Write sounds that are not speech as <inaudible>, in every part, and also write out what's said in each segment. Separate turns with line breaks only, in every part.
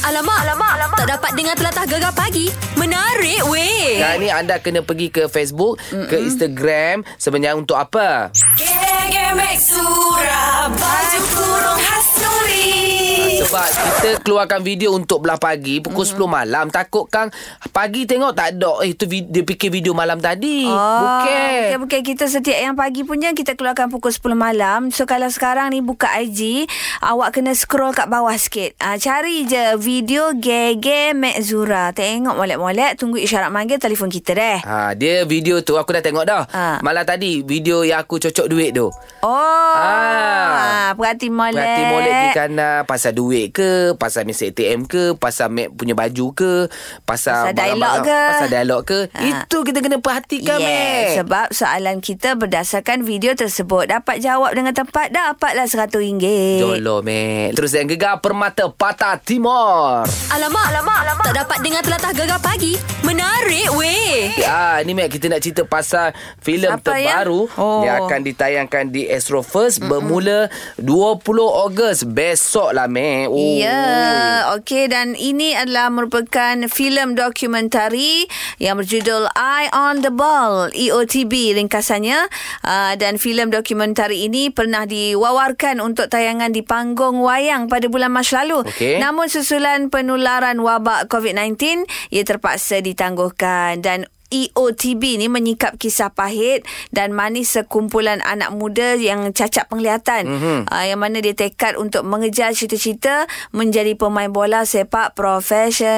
Alamak, alamak, alamak. Tak dapat dengar telatah gegar pagi. Menarik weh.
Ya.
Sekarang ni anda kena pergi ke Facebook, Mm-mm. ke Instagram sebenarnya untuk apa?
Gegemek Surabaya Baju kurung khas Nuri
Sebab kita keluarkan video untuk belah pagi pukul mm-hmm. 10 malam. Takut Kang pagi tengok tak ada eh tu vid- dia fikir video malam tadi.
Oh, Bukan,
Bukan.
bukan. Kita setiap yang pagi punya kita keluarkan pukul 10 malam. So, kalau sekarang ni buka IG, awak kena scroll kat bawah sikit. Ah, cari je video Gege Mek Zura. Tengok molek-molek, tunggu isyarat manggil telefon kita deh.
Ha, dia video tu aku dah tengok dah.
Ah.
Malam tadi video yang aku cocok duit tu.
Oh,
Ah.
ah. perhati molek.
Berarti molek di kanan pasal duit ke, pasal mesej ATM ke, pasal Mac punya baju ke, pasal
Pasal dialog
barang-barang-
ke?
pasal dialog ke.
Ah.
Itu kita kena perhatikan,
Yes,
Mac.
sebab soalan kita berdasarkan video tersebut. Dapat jawab dengan tepat, dapatlah RM100.
Jolo, Mac. Terus yang gegar permata patah timur.
Alamak, alamak, alamak. Tak dapat dengar telatah gegar pagi. Menarik weh.
Ah, ni Mac kita nak cerita pasal filem
Siapa ya?
terbaru ya?
Oh.
yang akan ditayangkan di Astro First mm-hmm. bermula 20 Ogos besok lah Mac. Oh.
Ya, okey dan ini adalah merupakan filem dokumentari yang berjudul Eye on the Ball E EOTB ringkasannya uh, dan filem dokumentari ini pernah diwawarkan untuk tayangan di panggung wayang pada bulan Mac lalu.
Okey.
Namun susulan penularan wabak COVID-19 ia terpaksa ditangguhkan dan E EOTB ni menyikap kisah pahit dan manis sekumpulan anak muda yang cacat penglihatan mm-hmm. uh, yang mana dia tekad untuk mengejar cita-cita menjadi pemain bola sepak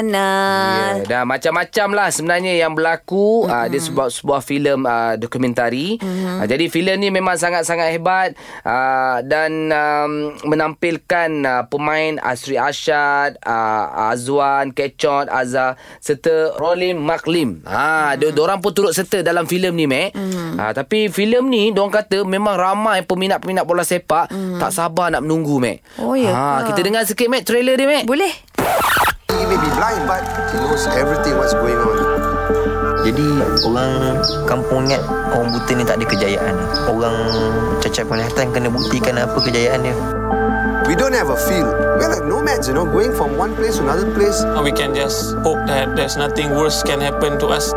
profesional.
Ya, dah macam-macam lah sebenarnya yang berlaku. Mm-hmm. Uh, dia sebuah sebuah filem uh, dokumentari. Mm-hmm. Uh, jadi filem ni memang sangat-sangat hebat uh, dan um, menampilkan uh, pemain Asri Ashad, uh, Azwan, Kecot, Azhar serta Rolim Maklim. Ha, mm-hmm. dia orang pun turut serta dalam filem ni, Mac. Mm-hmm. Uh, tapi filem ni dia orang kata memang ramai peminat-peminat bola sepak mm-hmm. tak sabar nak menunggu, Mac.
Oh, ya
Ha,
ke?
kita dengar sikit, Mac, trailer dia, Mac.
Boleh?
He may be blind, but he knows everything what's going on.
Jadi orang kampung Ngat Orang buta ni tak ada kejayaan Orang cacat penglihatan kena buktikan apa kejayaan dia
We don't have a field. We're like nomads, you know, going from one place to another place.
We can just hope that there's nothing worse can happen to us.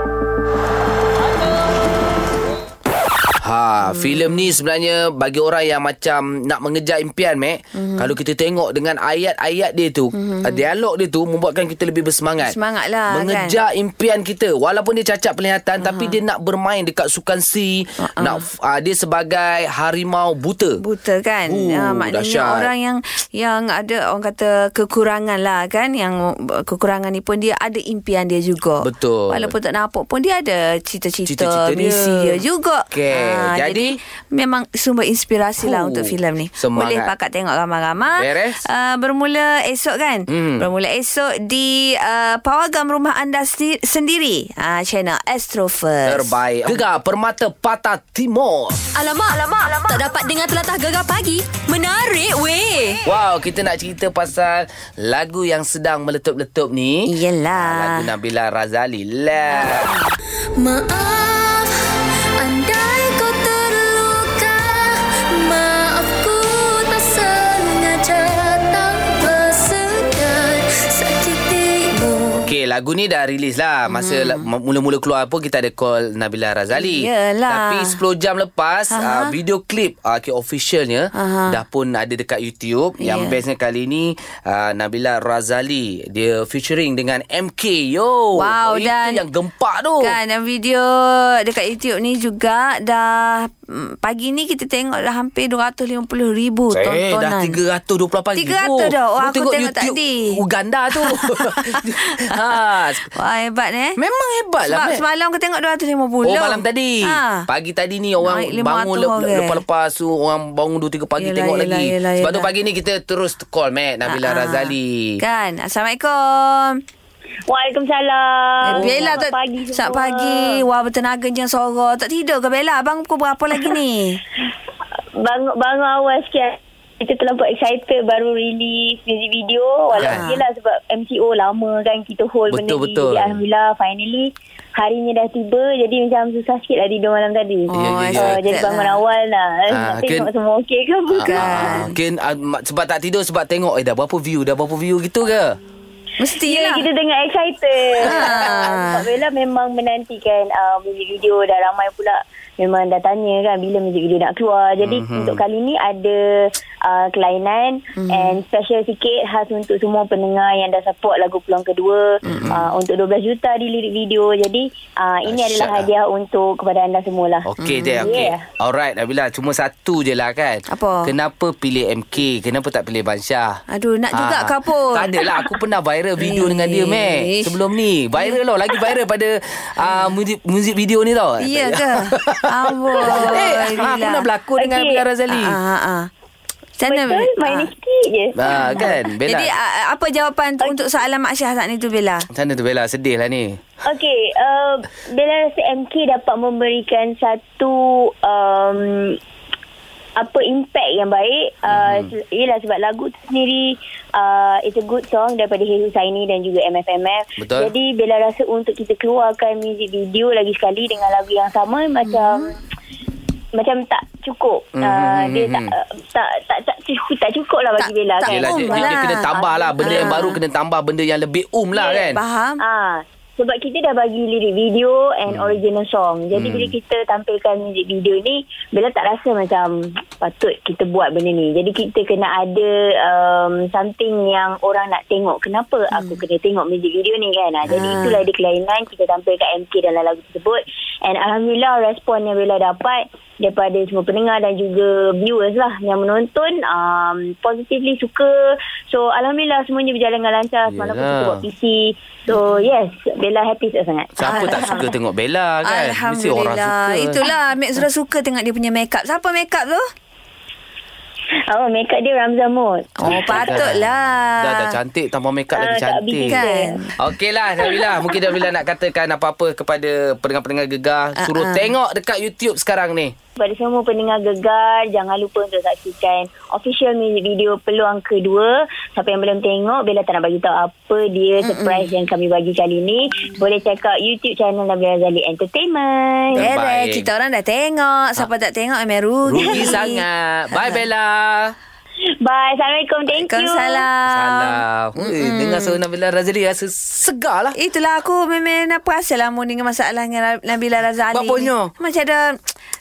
Ha, hmm. filem ni sebenarnya bagi orang yang macam nak mengejar impian, Mac.
Mhm.
Hmm. Kalau kita tengok dengan ayat-ayat dia tu, hmm. dialog dia tu membuatkan kita lebih bersemangat.
Bersemangat lah,
Mengejar kan? impian kita. Walaupun dia cacat penglihatan uh-huh. tapi dia nak bermain dekat sukan C,
Uh-uh.
uh-huh. nak uh, dia sebagai harimau buta.
Buta kan
Uh,
Ah, Maknanya
dahsyat.
orang yang Yang ada orang kata Kekurangan lah kan Yang uh, kekurangan ni pun Dia ada impian dia juga
Betul.
Walaupun tak nampak pun Dia ada cita-cita,
Cita-cita dia.
Misi dia juga
Okey,
Ah,
jadi-
Memang sumber inspirasi lah
Uh,
Untuk filem ni
semangat.
Boleh pakat tengok ramai-ramai
Beres.
uh, Bermula esok kan
Hmm.
Bermula esok Di uh, Pawagam rumah anda sendi- sendiri uh, Channel Astro First
Terbaik. Gegar Permata Patah Timur.
Alamak, alamak, alamak. Tak dapat dengar telatah gegar pagi. Menarik weh.
Wow, kita nak cerita pasal lagu yang sedang meletup-letup ni.
Yelah
Lagu Nabila Razali lah.
Maaf Andai kau terluka Maafku tak sengaja Tak bersedar Sakitimu
Okey, lagu ni dah release lah. Masa
Hmm.
la- m- mula-mula keluar pun kita ada call Nabila Razali.
Yelah.
Tapi 10 jam lepas, uh, video klip uh, okay, officialnya
Aha.
dah pun ada dekat YouTube.
Yeah.
Yang bestnya kali ni uh, Nabila Razali dia featuring dengan MK. Yo. Oh,
Wow,
itu
dan-
yang gempak tu.
Kan dan video dekat YouTube ni juga dah mm, pagi ni kita tengok dah hampir 250 ribu
Eh, dah
tontonan.
328
300 dah. Oh,
Lu
aku tengok tadi.
Uganda
<laughs>
tu. <laughs> ha,
Wah hebat eh.
memang hebat
Sebab
lah. Mat.
semalam aku tengok 250.
Oh malam tadi
Ha.
Pagi tadi ni Orang
Naik lima
bangun
ratus
lep-
orang.
Lepas-lepas tu Orang bangun 2-3 pagi
Yelah,
Tengok
yelah,
lagi
yelah,
Sebab tu
yelah.
pagi ni Kita terus call Matt Nabila
Ha-ha.
Razali
Kan. Assalamualaikum.
Eh,
Waalaikumsalam.
Oh, Bella tu
Selamat pagi.
Selamat
semua.
pagi. Wah bertenaganya suara. Tak tidur ke Bella? Abang pukul berapa lagi
<laughs>
ni?
Bangun bangun awal sikit. Kita terlampau excited baru release music video.
Ah.
Walaupun yelah sebab MCO lama kan kita hold
Betul,
benda ni.
betul.
Jadi Alhamdulillah finally harinya dah tiba. Jadi macam susah sikit lah tidur malam tadi.
Oh,
Ya, ya, ya.
Uh, jadi bangun awal lah.
Ah,
Nak tengok
kan-
semua okey ke
kan.
bukan.
Ah, Mungkin ah, ma- Sebab tak tidur Sebab tengok Eh dah berapa view Dah berapa view gitu ke
Mestilah. lah.
Ya, kita tengah excited.
Ha.
Ah, Sebab Bella memang menantikan uh, music video dah ramai pula memang dah tanya kan bila music video nak keluar. Jadi mm-hmm.
Mhm.
untuk kali ni ada uh, kelainan mm-hmm. and special sikit khas untuk semua pendengar yang dah support lagu peluang kedua
Mhm.
mm-hmm. uh, untuk 12 juta di lirik video. Jadi uh, ini
Dahsyat
adalah
lah.
hadiah untuk kepada anda semualah.
Hmm,
Okey dia, okey.
Yeah.
Alright Nabila, cuma satu je lah kan.
Apa?
Kenapa pilih MK? Kenapa tak pilih Bansyah?
Aduh, nak juga Eh. kau pun.
Ah, Tak
<laughs>
adalah, aku pernah viral video dengan dia, Mac.
Ish.
Sebelum ni. Viral tau, lagi viral pada uh, muzik, muzik video ni tau.
Ya ke?
<laughs>
<laughs> Amboi,
Eh,
Bila.
aku nak berlakon dengan
Okey.
Nabila Razali.
Ah, ah, ah. Macam mana?
Betul? Main ni
Ah.
sikit je.
Ah, kan, Bella.
Jadi ah, ah, apa jawapan tu untuk soalan Mak Syah saat ni tu Bella?
Macam mana tu Bella? Sedih lah ni.
Okey, uh, Bella rasa MK dapat memberikan satu um, apa impact yang baik. Uh,
Mhm.
mm-hmm. Yelah sebab lagu tu sendiri uh, it's a good song daripada Hey Husaini dan juga MFMF.
Betul.
Jadi Bella rasa untuk kita keluarkan music video lagi sekali dengan lagu yang
Mhm.
sama macam macam tak cukup. Mm-hmm. Uh, dia tak,
Mhm.
uh, tak tak tak cukup tak cukup lah bagi
Tak-
Bella
tak
kan.
Yelah,
Um
dia, dia, dia
lah.
kena tambah lah. Benda yang
Ah.
baru kena tambah benda yang lebih um
Eh,
lah kan.
Faham?
Ah, sebab kita dah bagi lirik video and hmm. original song. Jadi hmm. bila kita tampilkan music video ni, Bella tak rasa macam patut kita buat benda ni. Jadi kita kena ada um, something yang orang nak tengok. Kenapa hmm. aku kena tengok music video ni kan? Ah, jadi itulah dia kelainan kita tampilkan MK dalam lagu tersebut. And Alhamdulillah respon yang Bella dapat daripada semua pendengar dan juga viewers lah yang menonton um, positively suka so Alhamdulillah semuanya berjalan dengan lancar semalam pun kita
Yelah.
buat PC. So yes, Bella happy sangat.
Siapa tak suka tengok Bella kan? Mesti orang suka.
Alhamdulillah. Itulah Mek Zura suka tengok dia punya makeup. Siapa makeup tu?
Oh, makeup dia Ramzan Mod.
Oh, patutlah.
kan? Dah dah cantik tanpa makeup
Ah,
lagi
tak
cantik.
habis
kan?
Okeylah Nabila, mungkin Nabila nak katakan apa-apa kepada pendengar-pendengar gegar, suruh
ah.
tengok dekat YouTube sekarang ni.
Kepada semua pendengar gegar, jangan lupa untuk saksikan official music video peluang kedua. Siapa yang belum tengok, Bella tak nak bagi tahu apa dia surprise yang kami bagi kali ni. Boleh check out YouTube channel Nabila Razali Entertainment.
Terbaik. Ah.
Terbaik. Kita orang dah tengok. Siapa tak tengok memang rugi.
Rugi sangat. Bye Bella.
Bye. Assalamualaikum. Thank you.
Waalaikumsalam.
Salah. Mm. Dengar suara Nabila Razali rasa segar lah.
Itulah aku memang apa asal lah mu dengan masalah dengan Nabila Razali.
Buat punya.
ni. Macam ada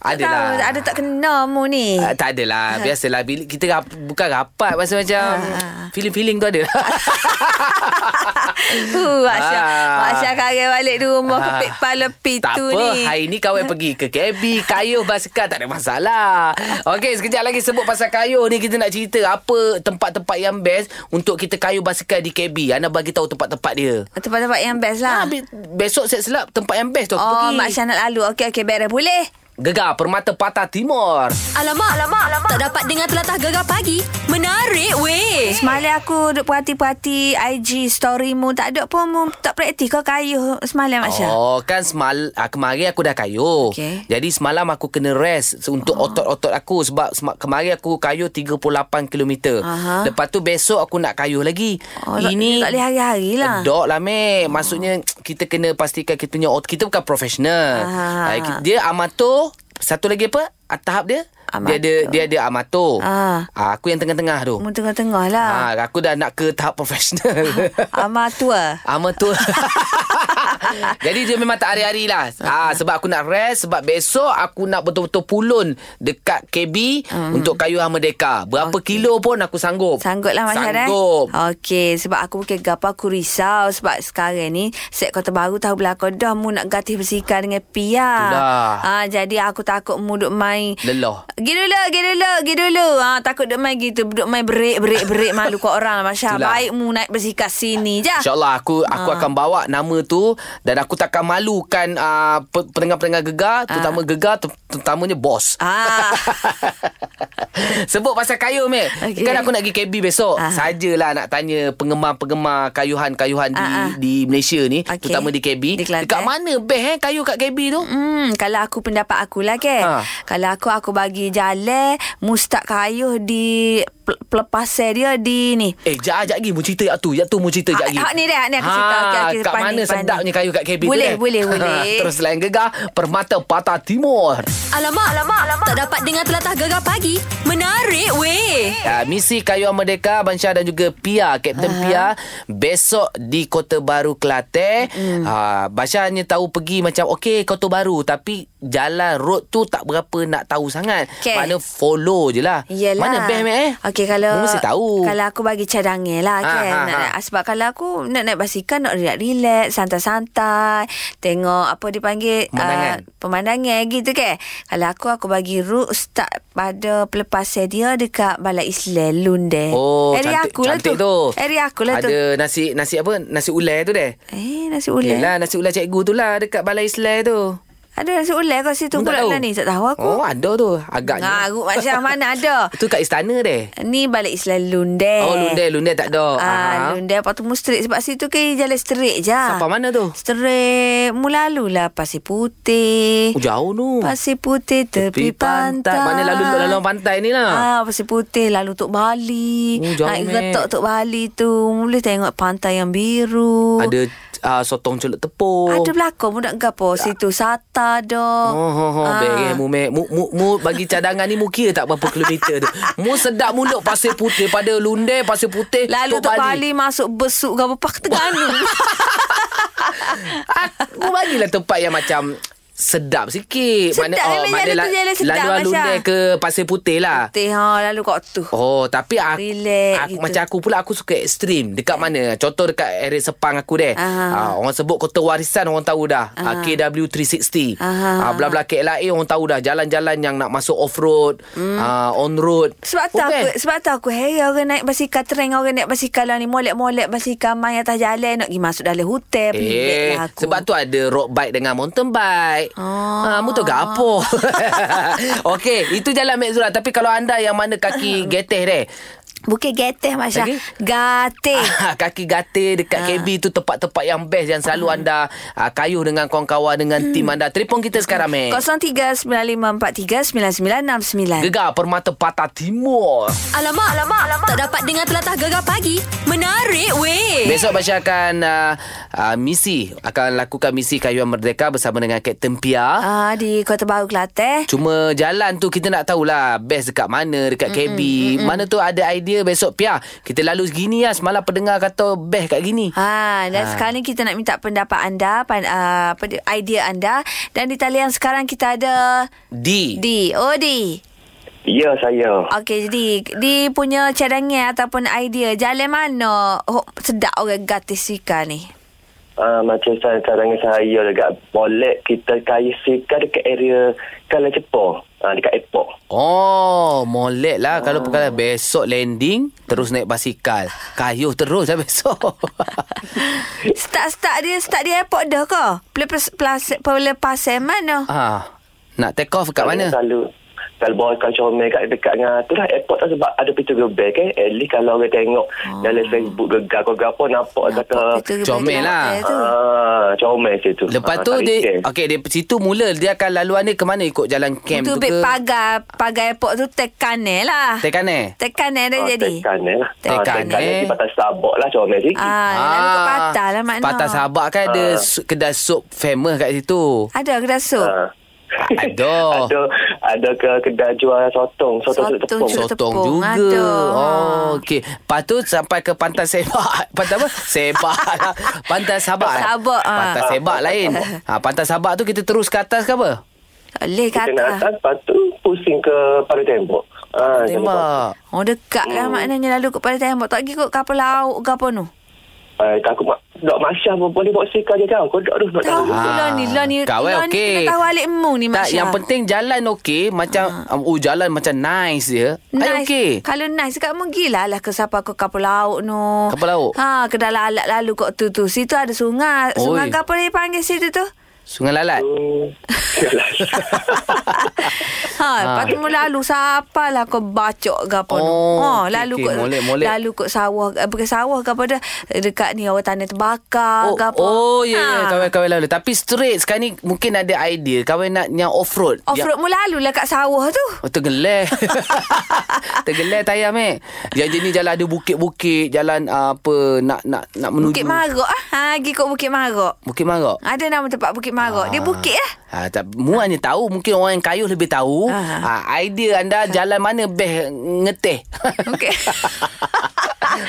tak
Adalah.
tahu, ada tak kena mu ni. <laughs>
Uh, tak adalah Biasalah bila Kita rap, bukan rapat Masa macam
Ah.
Feeling-feeling tu ada lah
Uh, Asya,
Ah.
Asya kare balik di rumah
Ah.
kepik pala pitu
<laughs> Tak apa
ni.
Hari ni kawan pergi ke KB Kayuh basikal Tak ada masalah Okey sekejap lagi Sebut pasal kayuh ni Kita nak cerita Apa tempat-tempat yang best Untuk kita kayuh basikal di KB Ana bagi tahu tempat-tempat dia
Tempat-tempat yang best lah.
ha. be- Besok set selap Tempat yang best tu aku
Oh,
pergi
Mak Syah nak lalu. Okey, okey, beres. Boleh?
Gegar Permata Patah Timur
Alamak, alamak, alamak. Tak dapat dengar telatah gegar pagi. Menarik weh.
Semalam aku duk perhati-perhati IG story mu. Tak ada pun mu tak praktis kau kayuh semalam Mak Syah.
Oh kan semal ah, kemarin aku dah kayuh.
Okey. Ah.
Jadi semalam aku kena rest se- untuk oh. otot-otot aku sebab sem- kemarin aku kayuh 38 km.
Aha.
Lepas tu besok aku nak kayuh lagi.
Oh, tak- tak boleh hari-hari lah.
Dok lah meh. Maksudnya kita kena pastikan kita punya otot kita bukan profesional.
Ah.
Ah, ki- Dia amatur. Satu lagi apa? Ah, Tahap dia
Amatur.
dia ada dia ada amatur.
Ah.
Ah, aku yang tengah-tengah tu.
Mu tengah-tengah lah.
Ah, aku dah nak ke tahap <laughs> profesional.
<laughs> Amatua.
Amatur <laughs> Jadi dia memang tak hari-hari lah ah, Sebab aku nak rest Sebab besok aku nak betul-betul pulun Dekat KB Untuk kayu Hamadeka Berapa okay. kilo pun aku sanggup
Hmm. Sanggup lah Masya eh?
Sanggup
Okey Sebab aku bukan gapa Aku risau Sebab sekarang ni Set kota baru tahu belakang Dah mu nak gatih bersihkan dengan Pia
Itulah.
ha, Jadi aku takut mu duk main
Lelah
Gi dulu, gi dulu, gi dulu. Ha, takut duk main gitu. Duk main berik, berik, berik malu kat orang lah. Masya
Itulah.
Baik mu naik bersikat sini je.
InsyaAllah aku aku
Ah.
akan bawa nama tu Dan aku takkan malukan uh, Pendengar-pendengar gegar Terutama gegar ter- Terutamanya bos
Ah.
<laughs> Sebut pasal kayu Mek okay.
Okey.
Kan aku nak pergi KB besok
Ah.
Sajalah nak tanya Penggemar-penggemar Kayuhan-kayuhan di,
Ah, ah.
di Malaysia ni okay.
Okey.
Terutama di KB
Di Kelantan.
Dekat mana best eh Kayu kat KB tu
Hmm, kalau aku pendapat aku lah ke. Ha.
Ha.
Kalau aku aku bagi jalan mustak kayuh di pel- pelepasai dia di ni.
Eh, jap, jap lagi. Mu cerita jap tu. Jap tu mu cerita jap
Ah,
lagi.
ah, ni dah, ni aku cerita. Okey, okey,
kat
pandai,
mana
pandai.
sedapnya kayu kat KB
Boleh,
tu kan? <laughs>
boleh, boleh.
Terus lain gegar, Permata Patah Timur.
Alamak, alamak, alamak. Tak dapat dengar telatah gegar pagi. Menarik weh.
Uh, misi Kayuan Merdeka Bansyah dan juga Pia Kapten uh-huh. Pia besok di Kota Baru Kelate mm. uh, Bansyah hanya tahu pergi macam okey Kota Baru tapi jalan road tu tak berapa nak tahu sangat
Okay.
mana follow je lah
Yelah.
mana best eh
Okey kalau
Mu mesti tahu
Kalau aku bagi cadangnya lah
Ha,
ha, kan.
ha,
Nak,
ha.
nak, sebab kalau aku nak naik basikal nak relax-relax, santai-santai, tengok apa dipanggil
Pemandangan.
ah, pemandangan gitu kan. Kalau aku aku bagi route start pada pelepasan dia dekat Balai Islam Lunde.
Oh, cantik,
aku lah
cantik
tu.
tu.
Area aku lah
Ada
tu.
nasi nasi apa? Nasi ulai tu deh.
Eh, nasi ulai.
Yelah, nasi ulai cikgu tu lah dekat Balai Islam tu.
Ada nasi ulai kat situ
Mu tak
pula
tahu?
lah ni. Tak tahu aku.
Oh, ada tu. Agaknya.
Ngarut macam mana ada.
<laughs> Itu kat istana deh.
Ni balik Islam Lunde.
Oh, lundai, lundai tak ada.
Eh. Ah,
Aha.
Lunde lepas tu mu straight sebab situ ke jalan straight je.
Sampai mana tu?
Straight mulalu lah Pasir Putih.
Oh, jauh tu.
Pasir Putih tepi, pantai.
Mana lalu tuk laluan pantai ni
Ah,
lah.
Pasir Putih lalu tuk Bali.
Oh, jauh,
Naik
Mat.
getok tuk Bali tu. Boleh tengok pantai yang biru.
Ada uh, sotong celup tepung.
Ada belakang budak gapo situ sata dah.
Oh, oh, oh.
Ah.
Bereh, mu, me, mu, mu, mu, bagi cadangan ni mu kira tak berapa kilometer tu. Mu sedap mulut pasir putih pada lundai pasir putih.
Lalu Tok Bali masuk besuk gapo pak
<laughs>
terganu.
Ah, Mu bagilah tempat yang macam sedap sikit. oh,
Sedap lah jalan tu jalan sedap,
laluan
Masya.
lundai ke pasir putih lah.
Putih ha lalu kat tu.
Oh, tapi aku,
Relax
aku
gitu. Eh.
macam aku pula aku suka ekstrim. Dekat mana? Contoh dekat area Sepang aku deh.
Ah.
Ah, orang sebut Kota Warisan orang tahu dah. Ah. KW360.
Ah.
Ah, bla-bla KLIA orang tahu dah jalan-jalan yang nak masuk off road, mm. ah, on road.
Hmm.
Oh,
Sebab
kan?
tu
Okey.
aku sebab tu aku hera orang naik basikal tereng orang naik basikal lah ni molek-molek basikal main atas jalan nak pergi masuk dalam hotel pelik
Eh,
lah aku.
sebab tu ada road bike dengan mountain bike.
Ah.
Ah, mu tahu gapo. <laughs> Okey, itu jalan Mek Zura. Tapi kalau anda yang
<laughs>
mana kaki geteh deh.
Bukit Geteh Masya.
Lagi?
Gateh.
Ah, <laughs> kaki gatir dekat KB tu tempat-tempat yang best yang selalu anda ah, kayuh dengan kawan-kawan dengan tim anda. Telefon kita sekarang meh.
0395439969.
Gegar Permata Patah Timur.
Alamak, alamak, alamak. Tak dapat dengar telatah gegar pagi. Menarik weh.
Besok Basya akan uh, uh, misi akan lakukan misi kayuhan merdeka bersama dengan Kapten Pia.
Ah di Kota Baru Kelantan.
Cuma jalan tu kita nak tahulah best dekat mana dekat KB. Mana tu ada idea besok Pia. Kita lalu segini lah semalam pendengar kata best kat gini.
Ha, dan
Ah.
ha. sekarang ni kita nak minta pendapat anda, pan, uh, apa dia, idea anda dan di talian sekarang kita ada
D.
D. Oh D.
Ya saya
Okey, jadi di punya cadangan ataupun idea jalan mana oh, sedap orang gratis sika ni?
uh, Macam saya cadangan saya Dekat boleh kita kaya sika Dekat area Kalau Jepun uh, Dekat airport
Oh, molek lah kalau perkara besok landing terus naik basikal. Kayuh terus lah
<laughs>
besok.
Start-start dia, start di airport dah ke? Pelepasan mana?
ah, nak take off kat mana?
Kalau kalau bawa kau comel kat dekat dengan tu lah airport tu sebab ada pintu gerbek eh. At least kalau orang tengok
Ah.
oh. dalam Facebook gegar kau gapo nampak, nampak kata
comel lah.
ah comel situ.
Lepas
Ah,
tu
tak
dia
weekend.
okey dia situ mula dia akan laluan dia ke mana ikut jalan camp
Itu
tu
bit
ke?
pagar, pagar airport tu tekanan lah.
Tekan eh?
Tekanan dah
Ah,
jadi.
Tekan eh lah. Ah,
Tekan,
Tekan
eh.
eh. Di patah sabak lah comel sikit.
Ah, lalu ke patah lah makna.
Patah Sabak kan ada
Ah.
su- kedai sup famous kat situ.
Ada ke dah sup?
Ah.
Ada.
<laughs> ada ada ke kedai jual sotong
Sotong
sotong sup tepung
sup-
Sotong
tepung,
juga
ada. Ha.
Oh okey Lepas tu sampai ke pantai sebak <laughs> Pantai apa? Sebak lah Pantai sabak eh?
Sabak, ah.
Pantai sebak lain ha, Pantai sabak tu kita terus ke atas ke apa?
Leh
Ah, kita nak
kata.
atas lepas tu pusing ke paru tembok ah
Tembak
Oh dekat lah
Hmm.
maknanya lalu ke pada tembok. Tak pergi kot kapal laut ke apa tu?
Eh, aku mak dok masyah pun boleh bawa sikar dia jauh kau dok tu dok
Tahu
jauh.
pula ni Lah ni lah
Kawan Ha. eh, okey.
ni kena tahu alik mu ni
tak,
Masya Ha.
yang penting jalan okey Macam um, Oh jalan macam nice je Nice
Nice.
okey
Kalau nice kat mungkin lah lah ke siapa ke kapal laut no.
Kapal laut?
Ha, ke dalam alat lalu kot tu tu. Situ ada sungai. Sungai
Oi. <laughs>
ke apa dia panggil situ tu?
Sungai Lalat.
Hmm, yalah.
Ha, lepas tu mu lalu siapalah kau bacok ke apa tu.
Oh,
ha,
okey,
lalu
okey,
kot
molek, molek.
lalu kot sawah, eh, bukan sawah ke apa dah. Dekat ni awak tanah terbakar
Oh,
ke apa.
oh ya yeah,
Ha.
kawan-kawan lalu. Tapi straight sekarang ni mungkin ada idea kawan nak yang Ya, off-road. Yang-
Off-road mu lalulah lah kat sawah tu.
Oh, <laughs> tergelai. tergelai tayar, Mek. Yang jenis jalan ada bukit-bukit, jalan uh, apa, nak nak nak menuju.
Bukit Marok ah. Ha, pergi kot Bukit Marok.
Bukit Marok.
Ada nama tempat Bukit Marok. Dia bukit
<laughs>
lah.
Ha, tak, mu hanya tahu Mungkin orang yang kayuh lebih tahu ha.
Ah.
Idea anda jalan mana best ngeteh <laughs>
Okey.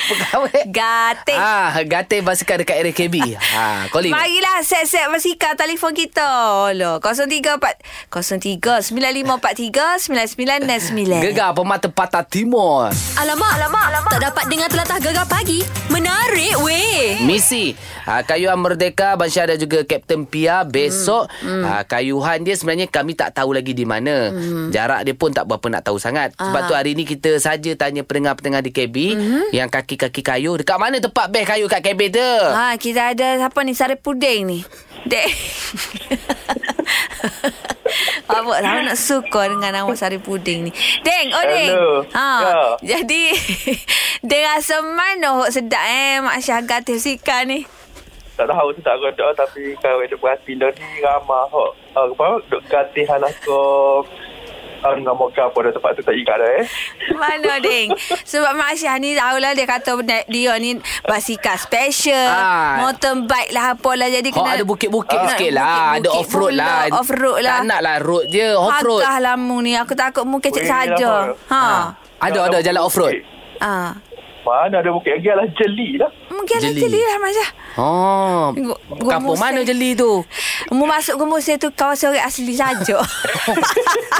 Pegawai
Gatik.
Ah, Gatih basikal dekat RKB ha, Calling
Marilah set-set basikal telefon kita. Loh, 03 4 03 9543 9969.
Gegar pemata patah timur
Alamak, alamak, alamak. Tak dapat dengar telatah gegar pagi. Menarik weh.
Misi ha, Kayuhan Merdeka Bansyah dan juga Kapten Pia Besok hmm. Ha, Kayuhan dia sebenarnya Kami tak tahu lagi di mana hmm. Jarak dia pun tak berapa nak tahu sangat Sebab tu hari ni kita saja Tanya pendengar-pendengar di KB hmm. Yang kaki-kaki kayu Dekat mana tempat best kayu kat KB tu ha.
Ha, kita ada siapa ni sari puding ni.
<laughs>
Dek. Awak lah nak suka dengan nama sari puding ni. Deng, oh Deng.
Hello.
Ha,
Ya.
jadi <laughs> Deng rasa mana hok sedap eh Mak Syahgar Tefsika ni.
tak tahu tu tak godok tapi kalau duk berhati dah ni ramah hok. Uh, apa duk kati hanako Ah, uh, nama kau pada tempat tu tak ingat dah eh.
Mana Deng? Sebab Mak Syah ni tahulah dia kata benda- dia ni basikal special,
Ah.
mountain bike lah apalah jadi
Hok
kena
ada bukit-bukit
Ah.
sikit lah Ada
Bukit-bukit
off-road
pula,
lah
off-road lah.
Tak nak lah road je Off-road Ah.
Agah lah mu ni Aku takut mu kecil
Weh,
saja
lama.
Ha
Ada ada jalan off-road
Ah,
Mana ada bukit lagi lah jeli lah.
Mungkin ada
Jeli.
jeli lah Mak Syah
Oh
Gu- Gu-
Kampung
Musai.
mana jeli <laughs> tu
Mu masuk ke Musa tu kawasan orang asli
<laughs>
saja.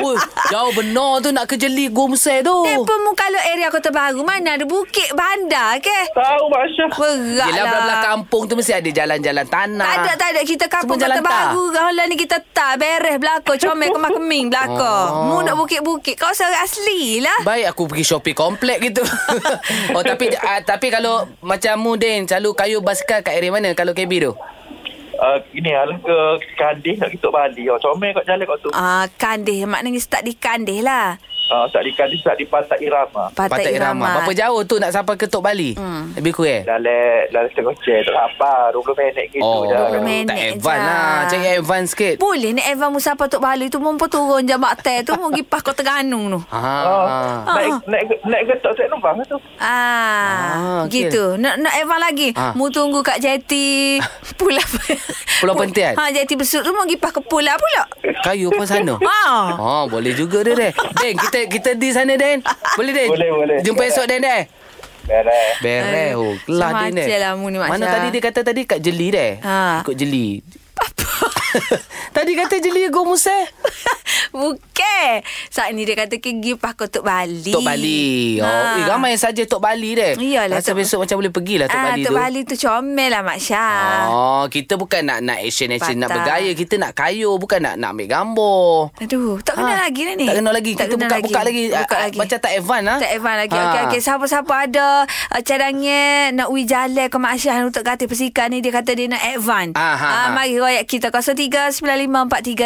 Ui, jauh benar tu nak ke jeli Gomsai tu
Depa mu kalau area Kota Baru mana ada bukit bandar ke?
Tahu Masya.
Berat
Yelah belah-belah
lah.
kampung tu mesti ada jalan-jalan tanah.
Tak ada, tak ada. Kita kampung
Semua
Kota
jalan tar.
Baru. Kalau ni kita tak beres belakang. Comel kemah-keming belakang.
Oh.
Mu nak bukit-bukit. Kawasan orang asli lah.
Baik aku pergi shopping komplek
<laughs>
gitu. oh tapi uh, tapi kalau macam mu Din, selalu kayu basikal kat area mana kalau KB tu?
Uh, ini alah ke Kandih nak kita Bali. Oh, comel kat jalan kat tu.
Ah, kandih. Maknanya start di kandih lah.
Uh, tak di Kandih, tak di Pantai Irama.
Patah, irama.
Berapa jauh tu nak sampai ke Tok Bali? Hmm. Lebih kurang? Oh,
Dalam dalam setengah jam tak sabar 20 minit gitu dah.
Oh. dua minit
tak
je.
advance lah. Cari advance sikit.
Boleh ni Evan Musafar Tok Bali tu Mumpah turun jamak teh tu Mu pergi pas Kota Ganung tu
Ha.
Oh,
Ah.
naik, naik, naik getok saya nombang tu.
Ah,
Ah, okey.
gitu. Nak nak Evan lagi.
Ah.
Mu tunggu kat
<laughs>
jeti Pulau
Pulau Pentian?
Ha, jeti besut tu mu pergi pas ke Pulau pula.
Kayu pun sana.
Ha.
Oh, boleh juga dia, Den. Den, kita kita di sana, Den. Boleh, Den?
Boleh, boleh.
Jumpa esok, Den, Den.
Beres.
Aduh,
Beres. Oh, kelah dia, Den.
semacam lah mu ni, Mak
Mana
Syah.
tadi dia kata tadi kat jeli, Den?
Ha.
Ikut jeli. <laughs> tadi kata jeli go musai.
<laughs> Bukan. Saat ni dia kata pergi pas ke Tok Bali. Ha.
Tok Bali. Oh, eh, ramai saja Tok Bali, Den.
Iyalah,
Rasa
Tok-
besok macam boleh pergilah Tok
ah,
Bali
Tok
tu.
Bali tu comel lah Mak Syah.
Oh, kita bukan nak nak action-action nak
Patah.
bergaya, kita nak kayu, bukan nak nak ambil gambar.
Aduh, tak kena
Ah,
lagi dah ni.
Tak kena lagi. Kita
kena
buka buka lagi.
Buka
Ah,
lagi.
Macam tak advance ah.
Tak Evan lagi. Okey, okey. Siapa-siapa ada uh, cadangnya nak ui jalan ke Mak Syah untuk kata persikan ni, dia kata dia nak Evan.
Ah, ha, ha.
mari royak kita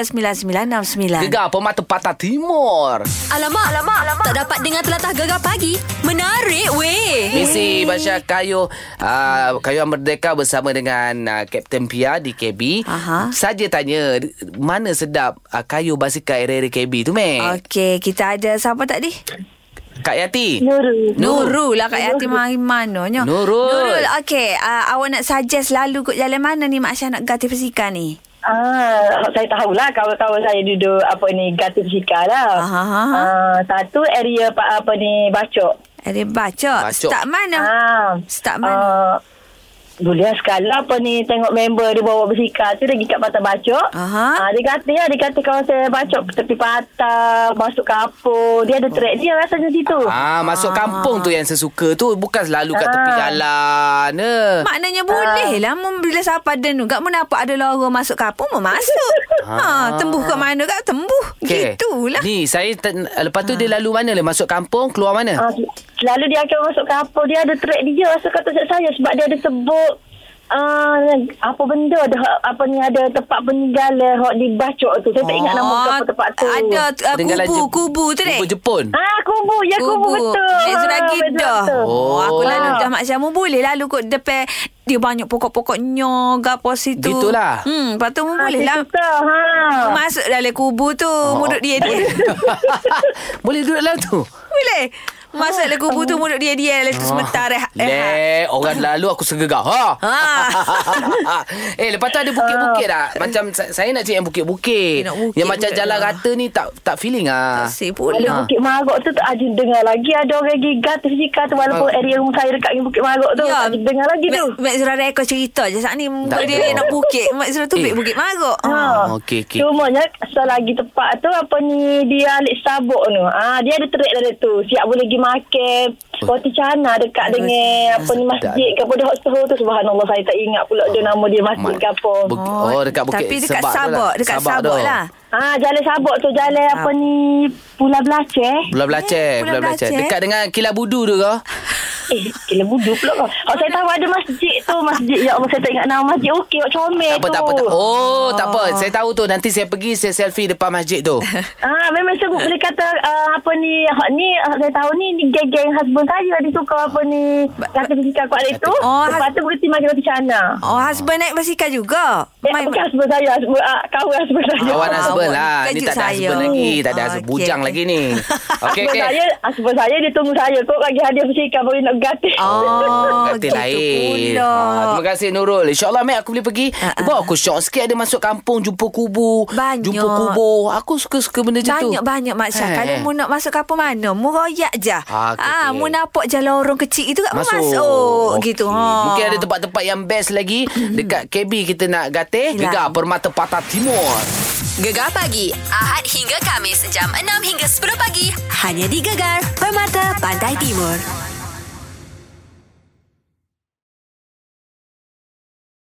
0395439969.
Gegar pemata patah timur.
Alamak, alamak, alamak. Tak dapat dengar telatah gegar pagi. Menarik weh.
Misi Basya Kayu uh, Kayu Merdeka bersama dengan uh, Kapten Pia di KB
Aha.
Saja tanya Mana sedap uh, kayu basikal area KB tu meh
Okey, kita ada siapa tadi?
Kak Yati
Ya.
Nurul.
Nurul lah kat Yatim Hari Manonyo.
Nurul.
Nurul, okey. Uh, awak nak suggest lalu kot jalan mana ni Mak Syah nak ganti persikan ni?
Ah, saya tahulah kalau tahu saya duduk apa ni Gati Pesika lah.
Ah, ah, ah.
Ah, satu area pa- apa ni Bacok.
Ada baca.
Bacok.
Start mana?
Ah.
Start mana?
Ah, boleh lah sekala apa ni tengok member dia bawa besikal tu dia pergi kat patah bacok.
Aha.
Ah, dia kata ya, dia kata kawasan bacok tepi patah, masuk kapur. Dia ada track dia rasanya situ.
Ah, masuk kampung tu yang sesuka tu bukan selalu kat tepi
Ah.
jalan. Eh.
Maknanya boleh lah Mum bila siapa ada nu Gak mu nampak ada lorong masuk kapur Mu
<laughs>
masuk ha, Tembuh kat mana Gak tembuh
Okey.
Gitulah
Ni saya te- lepas tu dia lalu mana le masuk kampung keluar mana?
Ah, selalu dia akan masuk kapur, dia ada track dia. Rasa kata saya sebab dia ada sebut uh, apa benda ada apa ni ada tempat peninggalan hok dibacok tu. Saya tak ingat nama ke apa tempat tu.
Ah, Oh, Ada uh,
Peninggalan
kubu,
Jep-
kubu tu dek.
Kubu
<laughs>
Jepun. <laughs>
Ah, kubu. Ya,
Oh,
kubu, betul.
Mek Zuragi
Ah, betul,
dah.
betul.
Oh, aku
Oh.
lalu dah Mak Syamu boleh lalu kot depan dia banyak pokok-pokok nyo gapo situ.
Gitulah.
Hmm, lepas tu mu
Ah,
boleh lah.
cerita, Ha.
Masuk dalam kubur tu
Oh.
Mudut dia
<laughs>
dia
Boleh duduk dalam tu?
<laughs> Boleh Masuk dalam kubur
Oh.
tu Mudut dia dia Lepas tu sebentar rehat rehat.
Oh. Leh, orang lalu aku segegah. Ha.
Ha.
<laughs> eh, lepas tu ada bukit-bukit tak? Macam sa- saya nak cari yang
Eh, Ha.
bukit-bukit.
nak bukit lah.
yang macam
pula
jalan
dah.
rata ni tak tak feeling ah.
Asyik
Ada
pula
Bukit Marok tu tak ada dengar lagi. Ada orang pergi gatus jika tu walaupun
Ah.
area rumah saya dekat dengan Bukit Marok
Ya.
tu. tak ada dengar lagi tu.
Mak, Mak Zura rekod cerita je Saat ni muka
Tak
dia,
ada.
dia nak bukit Mak Zura tu
Eh.
eh. bukit maruk
Ha.
Oh, okey, okey.
Cumanya selagi tepat tu apa ni dia alik sabuk tu. Ah dia ada terik dalam tu. Siap boleh pergi makan roti cana dekat dengan apa ni masjid ke apa dia hot sahur tu subhanallah saya tak ingat pula dia nama dia masjid ke apa.
Bukit, oh, dekat bukit
Tapi dekat
Sebak tu
Sabak
lah.
Dekat
Sabak
Sabak
tu.
lah
Ah jalan sabuk tu jalan apa ni Pulau Belaceh.
Bulan Belacan,
Eh, Pulau
Bulan Belacan.
Belacan.
Dekat dengan Kilat Budu tu ke?
Eh, kena budu pula kau. Oh, saya tahu ada masjid tu. Masjid, ya Allah, saya tak ingat nama masjid. Okey, awak comel
Tak apa,
tu.
tak apa, tak Oh, tak
Ah.
apa. Saya tahu tu. Nanti saya pergi, saya selfie depan masjid
<laughs>
tu.
Ya,
Ah, memang seru boleh kata uh, apa ni hak ni uh, saya tahu ni ni geng-geng husband saya ada suka apa ni kata ketika aku ada itu
Oh,
oh, lepas tu berhenti mari roti cana
Oh husband naik basikal juga
eh, bukan husband saya husband, uh, kawan husband saya
Kawan
Ah,
husband lah.
kejut
Ni tak ada
saya.
husband lagi. Tak ada
Ah,
husband.
okey,
Bujang
okey.
lagi
<laughs>
ni. Okey,
husband
okey.
saya husband saya dia tunggu saya kok bagi hadiah bersikap baru nak ganti
Oh
Kata
gitu
lain
pula
Ah, Terima kasih Nurul InsyaAllah Mac aku boleh pergi
Ah, ah.
Bawa aku syok sikit Ada masuk kampung Jumpa kubu
Banyak.
Jumpa kubur Aku suka-suka benda macam tu
Banyak-banyak Mak Syah.
Eh,
Kalau
eh.
mu nak masuk kapal mana, mu royak je.
Ah, okey,
ah,
okey.
mu nampak je lorong kecil itu kat masuk. masuk.
Masuk
Gitu.
Okey.
Ha. Hmm.
Mungkin ada tempat-tempat yang best lagi Dekat KB kita nak gatih
Yelah.
Gegar Permata Patah Timur
Gegar pagi Ahad hingga Kamis jam 6 hingga 10 pagi hanya di Gegar Permata Pantai Timur.